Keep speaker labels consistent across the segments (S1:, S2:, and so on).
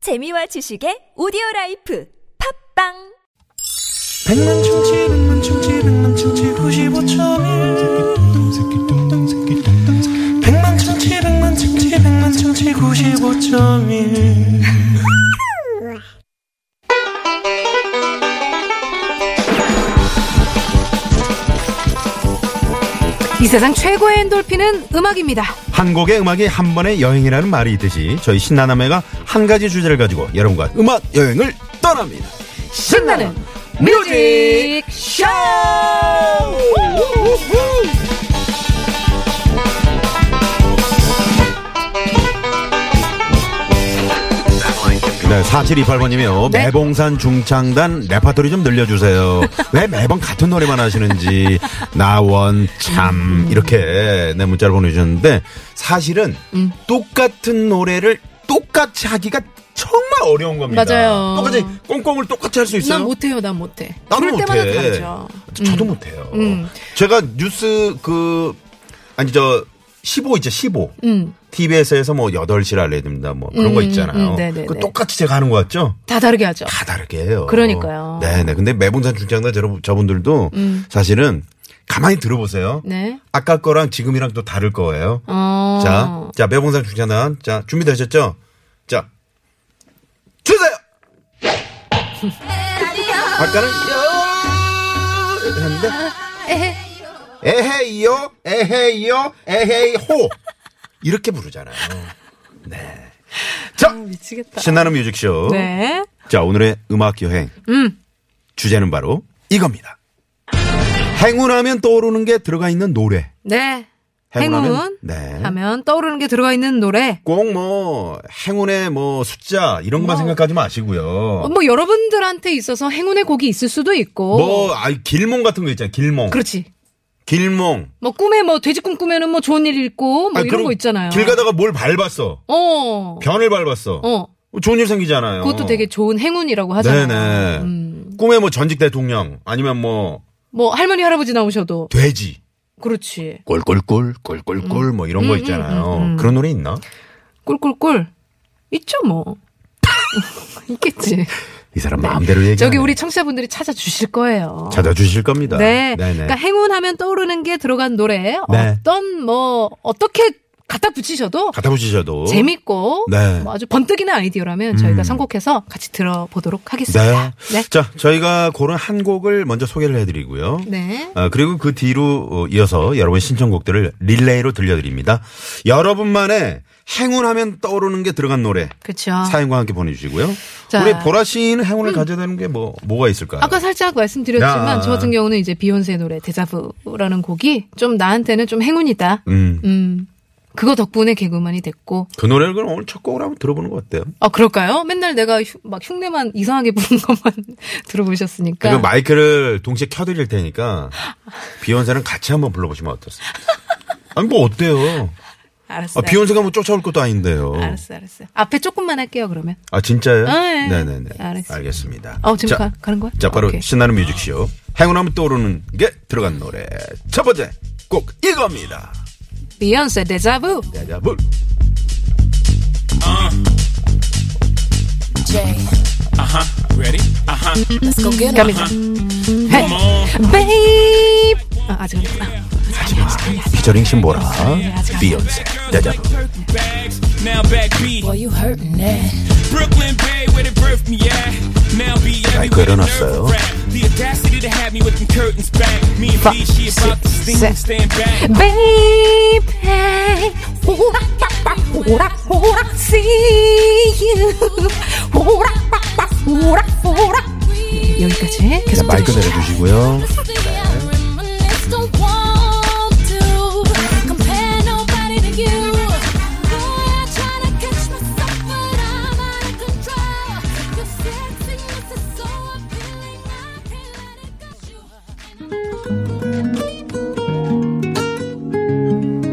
S1: 재미와 지식의 오디오 라이프 팝빵
S2: 백만 충치 백만 충치 백만 충치 구십오점일 백만 충치 백만 충치 백만 충치 구십오점일
S3: 이 세상 최고의 엔돌핀은 음악입니다.
S4: 한국의 음악이 한 번의 여행이라는 말이 있듯이 저희 신나남매가 한 가지 주제를 가지고 여러분과 음악 여행을 떠납니다.
S3: 신나는 뮤직 쇼!
S4: 네, 4728번이며
S3: 네.
S4: 매봉산 중창단 레파토리 좀 늘려주세요. 왜 매번 같은 노래만 하시는지 나원 참 이렇게 네, 문자를 보내주셨는데 사실은
S3: 음.
S4: 똑같은 노래를 똑같이 하기가 정말 어려운 겁니다.
S3: 맞아요.
S4: 똑같이 꽁꽁을 똑같이 할 수 있어요?
S3: 난 못해요, 난 못해.
S4: 나도
S3: 부를 때마다
S4: 못해.
S3: 다르죠.
S4: 저- 저도 못해요.
S3: 음.
S4: 제가 뉴스 그 아니 저 15 있죠 15.
S3: 음,
S4: TBS에서 뭐 8시를 알려야 됩니다. 뭐 그런 거
S3: 음,
S4: 있잖아요.
S3: 음, 네네네.
S4: 그 똑같이 제가 하는 거 같죠?
S3: 다 다르게 하죠.
S4: 다 다르게 해요.
S3: 그러니까요. 음.
S4: 네네. 근데 매봉산 출장단 저러- 저분들도 사실은 가만히 들어보세요.
S3: 네.
S4: 아까 거랑 지금이랑 또 다를 거예요.
S3: 어.
S4: 자, 자, 매봉산 중창단. 자, 준비되셨죠? 자, 주세요! 아까는, 요, 했는데, 에헤이요, 에헤이요, 에헤이호. 이렇게 부르잖아요. 네. 자,
S3: 음, 미치겠다.
S4: 신나는 뮤직쇼.
S3: 네.
S4: 자, 오늘의 음악 여행. 주제는 바로 이겁니다. 행운하면 떠오르는 게 들어가 있는 노래.
S3: 네.
S4: 행운하면?
S3: 행운
S4: 네.
S3: 하면 떠오르는 게 들어가 있는 노래.
S4: 꼭 뭐 행운의 뭐 숫자 이런 것만 생각하지 마시고요.
S3: 뭐 여러분들한테 있어서 행운의 곡이 있을 수도 있고.
S4: 뭐 아이 길몽 같은 거 있잖아요. 길몽.
S3: 그렇지.
S4: 길몽.
S3: 뭐 꿈에 뭐 돼지꿈 꾸면은 뭐 좋은 일 있고 뭐 이런
S4: 아니, 그럼
S3: 거 있잖아요.
S4: 길 가다가 뭘 밟았어.
S3: 어.
S4: 변을 밟았어. 뭐
S3: 어.
S4: 좋은 일 생기잖아요.
S3: 그것도 되게 좋은 행운이라고 하잖아요.
S4: 어. 네네.
S3: 음.
S4: 꿈에 뭐 전직 대통령 아니면 뭐
S3: 뭐 할머니 할아버지 나오셔도
S4: 돼지
S3: 그렇지.
S4: 꼴꼴꼴 꼴꼴꼴
S3: 음.
S4: 뭐 이런 거 있잖아요. 그런 노래 있나?
S3: 꿀꿀꿀 있죠 뭐. 있겠지.
S4: 이 사람 마음대로 얘기.
S3: 네. 저기 우리 청취자분들이 찾아주실 거예요.
S4: 찾아주실 겁니다.
S3: 네.
S4: 네네.
S3: 그러니까 행운하면 떠오르는 게 들어간 노래
S4: 네.
S3: 어떤 뭐 어떻게 갖다 붙이셔도
S4: 갖다 보시셔도
S3: 재밌고
S4: 어? 네. 음.
S3: 뭐 아주 번뜩이는 아이디어라면 저희가 선곡해서 같이 들어보도록
S4: 네.
S3: 하겠습니다. 네.
S4: 자, 저희가 고른 한 곡을 먼저 소개를 해드리고요.
S3: 네.
S4: 아, 그리고 그 뒤로 어, 이어서 여러분 신청곡들을 릴레이로 들려드립니다. 여러분만의 행운하면 떠오르는 게 들어간 노래
S3: 그렇죠.
S4: 사연과 함께 보내주시고요.
S3: 자. 음.
S4: 우리 보라 씨는 행운을 가져야 되는 게 뭐 뭐가 있을까요?
S3: 아까 살짝 말씀드렸지만
S4: 야.
S3: 저 같은 경우는 이제 비욘세 노래 데자부라는 곡이 좀 나한테는 좀 행운이다.
S4: 음,
S3: 음. 그거 덕분에 개그맨이 됐고.
S4: 그 노래를 그럼 오늘 첫 곡으로 한번 들어보는 거 어때요?
S3: 아, 그럴까요? 맨날 내가 휴- 막 흉내만 이상하게 부른 것만 들어보셨으니까.
S4: 그러니까 마이크를 동시에 켜드릴 테니까 비욘세랑 같이 한번 불러보시면 어떠세요? 아니 뭐 어때요? 아,
S3: 알았어요.
S4: 비욘세가 뭐 쫓아올 것도 아닌데요.
S3: 네. 알았어요, 알았어요. 앞에 조금만 할게요, 그러면.
S4: 아 진짜요?
S3: 아, 예.
S4: 네네네.
S3: 알았어요.
S4: 알겠습니다.
S3: 어, 지금
S4: 자,
S3: 가, 가는 거야?
S4: 자, 바로
S3: 오케이.
S4: 신나는 뮤직쇼. 행운하면 떠오르는 게 들어간 노래. 첫 번째, 꼭 이겁니다.
S3: 비욘세 데자부.
S4: 대자불.
S3: 갑니다. 헤이, 베이브. 아, 아직 안 했구나.
S4: 하지마. 피처링 신보라. 비욘세. 대자불.
S5: Now back B. Boy, you hurting that. Brooklyn Bay, where they birthed me at. Now be everywhere.
S4: 그래
S5: the
S4: 놨어요.
S5: nerve rap. The audacity to have me with them curtains back. Me and B, she about to sing
S3: six,
S5: stand back.
S3: Baby, 호라 빠빠 호라 호라 see you 호라 빠빠 호라 호라 여기까지
S4: 자,
S3: 계속
S4: 마이크 내려주시고요.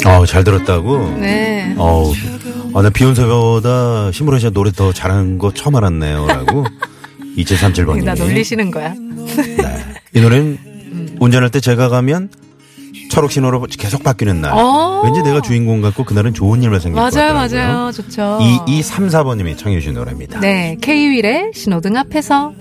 S4: 어, 잘 들었다고?
S3: 네
S4: 어우. 아, 나 비욘세보다 신보라 씨가 노래 더 잘하는 거 처음 알았네요. 라고. 2737번님. 네.
S3: 나 놀리시는 거야
S4: 이 노래는 운전할 때 제가 가면 초록 신호로 계속 바뀌는 날.
S3: 어.
S4: 왠지 내가 주인공 같고 그날은 좋은 일만 생길 것
S3: 맞아요,
S4: 같더라고요.
S3: 맞아요. 좋죠.
S4: 2234번님이 청해 주신 노래입니다.
S3: 네, K-윌의 신호등 앞에서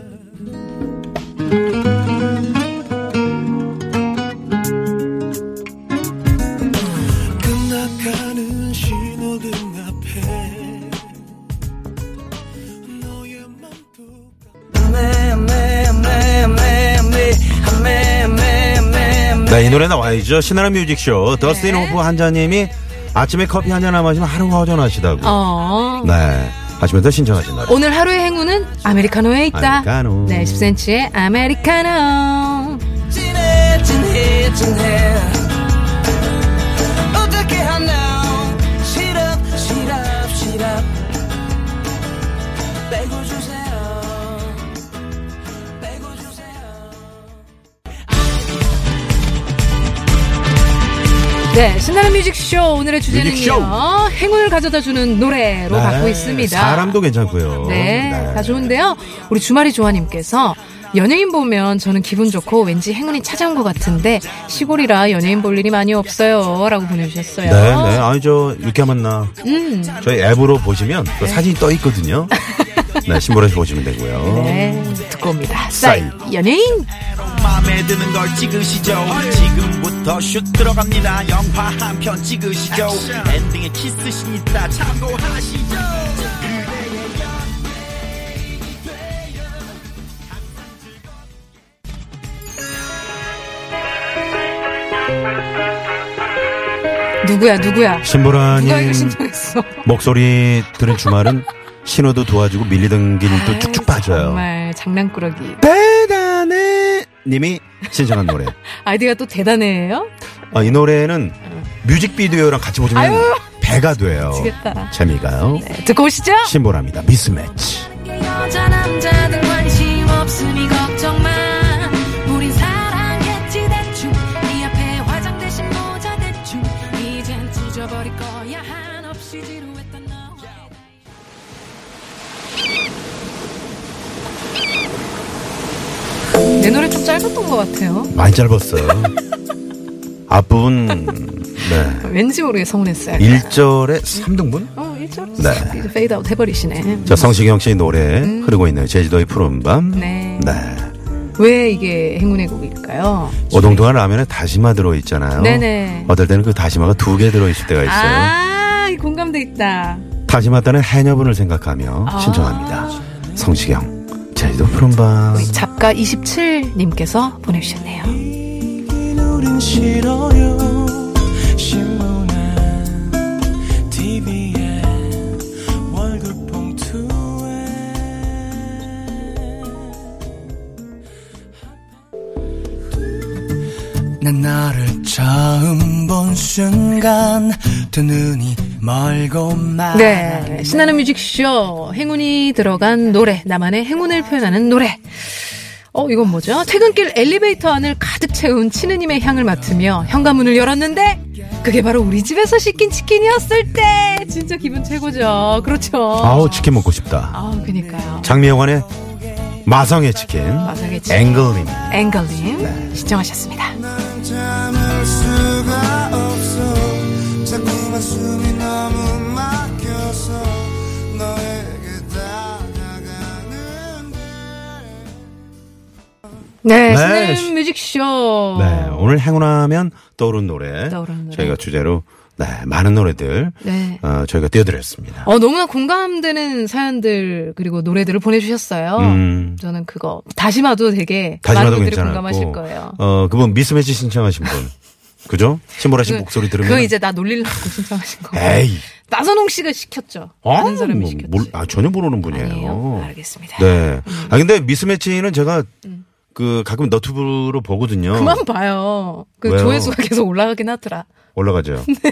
S2: 끝나가는 신호등 앞에 너의 맘도
S4: 네, 이 노래 나와야죠. 신나는 뮤직쇼. 더스틴
S3: 네.
S4: 호프 한자님이 아침에 커피 한 잔 안 마시면 하루가 허전하시다고.
S3: 어.
S4: 네. 하시면서 신청하신 노래.
S3: 오늘 하루의 행운은 아메리카노에 있다.
S4: 아메리카노.
S3: 네, 10cm의 아메리카노.
S2: 진해 진해 진해 어떻게 하나 시럽 시럽 시럽 빼고 주세요 빼고 주세요
S3: 네, 신나는 뮤직쇼 오늘의 주제는요.
S4: 뮤직쇼.
S3: 행운을 가져다 주는 노래로
S4: 네,
S3: 받고 있습니다.
S4: 사람도 괜찮고요.
S3: 네, 다 좋은데요. 우리 주말이 조아님께서 연예인 보면 저는 기분 좋고 왠지 행운이 찾아온 것 같은데 시골이라 연예인 볼 일이 많이 없어요. 라고 보내주셨어요.
S4: 네, 네. 아니, 저, 유쾌한 만나.
S3: 음. 네.
S4: 저희 앱으로 보시면 또 사진이 떠 있거든요. 네, 신보라에서 보시면 되고요.
S3: 네, 듣고 옵니다. 싸이, 연예인!
S6: 마음에 드는 걸 찍으시죠 지금부터 슛 들어갑니다 영화 한 편 찍으시죠 엔딩에 키스신 있다 참고하시죠
S3: 누구야, 누구야. 누가 이거
S4: 신보라님
S3: 신청했어.
S4: 목소리 들은 주말은 신호도 도와주고 밀리던 길도 음, 쭉쭉 빠져요.
S3: 정말 장난꾸러기.
S4: 대단해! 님이 신청한 노래.
S3: 아이디가 또 대단해요?
S4: 아, 이 노래는
S3: 어.
S4: 뮤직비디오랑 같이 보시면 배가 돼요.
S3: 미치겠다.
S4: 재미가요.
S3: 네, 듣고 오시죠.
S4: 신보라입니다. 미스매치.
S7: 여자 남자는 관심 없으니 걱정 마 우린 사랑했지 대충 네 앞에 화장 대신 모자 대충 이젠 찢어버릴 거야 한없이 지루했던 너와
S3: 내 노래 좀 짧았던 것 같아요.
S4: 많이 짧았어요. 앞부분, 네.
S3: 왠지 모르게 서운했어요.
S4: 1절에 3등분?
S3: 어, 1절?
S4: 네.
S3: 이제 페이드아웃 해버리시네.
S4: 자, 성시경 씨 노래 흐르고 있는 제주도의 푸른 밤.
S3: 네. 왜 이게 행운의 곡일까요?
S4: 오동통한 라면에 다시마 들어있잖아요.
S3: 네네.
S4: 어떨 때는 그 다시마가 두 개 들어있을 때가 있어요.
S3: 아, 이 공감돼 있다.
S4: 다시마 따는 해녀분을 생각하며
S3: 아.
S4: 신청합니다. 성시경, 제주도 푸른 밤.
S3: 우리 작가 27님께서 보내주셨네요.
S2: 이긴 우린 싫어요 신문에 TV에 월급 봉투에 난 나를 처음 본 순간 두 눈이 멀고 말
S3: 네. 신나는 뮤직쇼. 행운이 들어간 노래. 나만의 행운을 표현하는 노래. 어, 이건 뭐죠? 퇴근길 엘리베이터 안을 가득 채운 치느님의 향을 맡으며 현관문을 열었는데, 그게 바로 우리 집에서 시킨 치킨이었을 때! 진짜 기분 최고죠. 그렇죠.
S4: 아우, 치킨 먹고 싶다.
S3: 아우, 그니까요.
S4: 장미영환의 마성의 치킨.
S3: 마성의 치킨.
S4: 앵글님. 네.
S3: 앵글님 시청하셨습니다.
S2: 잠을 수가 없어 자꾸만 숨이 너무 막혀서 너에게 다가가는
S3: 네,
S4: 네,
S3: 신나는
S4: 시-
S3: 뮤직쇼.
S4: 네, 오늘 행운하면 떠오른 노래.
S3: 떠오르는 노래.
S4: 저희가 주제로 네, 많은 노래들
S3: 네.
S4: 어, 저희가 띄워드렸습니다.
S3: 어, 너무나 공감되는 사연들, 그리고 노래들을 보내주셨어요.
S4: 음.
S3: 저는 그거, 다시마도 되게 많은
S4: 다시마도
S3: 분들이
S4: 괜찮았고.
S3: 공감하실 거예요.
S4: 어, 그분 미스매치 신청하신 분. 그죠? 신보라 씨 목소리 들으면.
S3: 그거 이제 나 놀리려고 신청하신 거고.
S4: 에이.
S3: 나선홍 씨가 시켰죠.
S4: 아,
S3: 다른 사람이
S4: 뭐,
S3: 시켰지.
S4: 몰- 아, 전혀 모르는 분이에요.
S3: 아니에요? 알겠습니다. 음.
S4: 네. 아, 근데 미스매치는 제가 그 가끔 너튜브로 보거든요.
S3: 그만 봐요. 그
S4: 왜요?
S3: 조회수가 계속 올라가긴 하더라.
S4: 올라가죠.
S3: 네.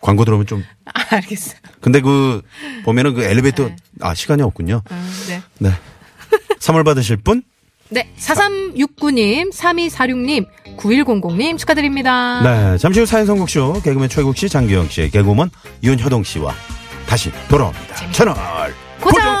S4: 광고 들어오면 좀.
S3: 아, 알겠어요.
S4: 근데 그 보면은 그 엘리베이터.
S3: 네.
S4: 아, 시간이 없군요.
S3: 음, 네.
S4: 네. 선물 받으실 분?
S3: 네, 4369님, 3246님, 9100님 축하드립니다.
S4: 네. 잠시 후 사연 선곡쇼 개그맨 최국 씨, 장기영 씨, 개그우먼 윤효동 씨와 다시 돌아옵니다. 채널
S3: 고정!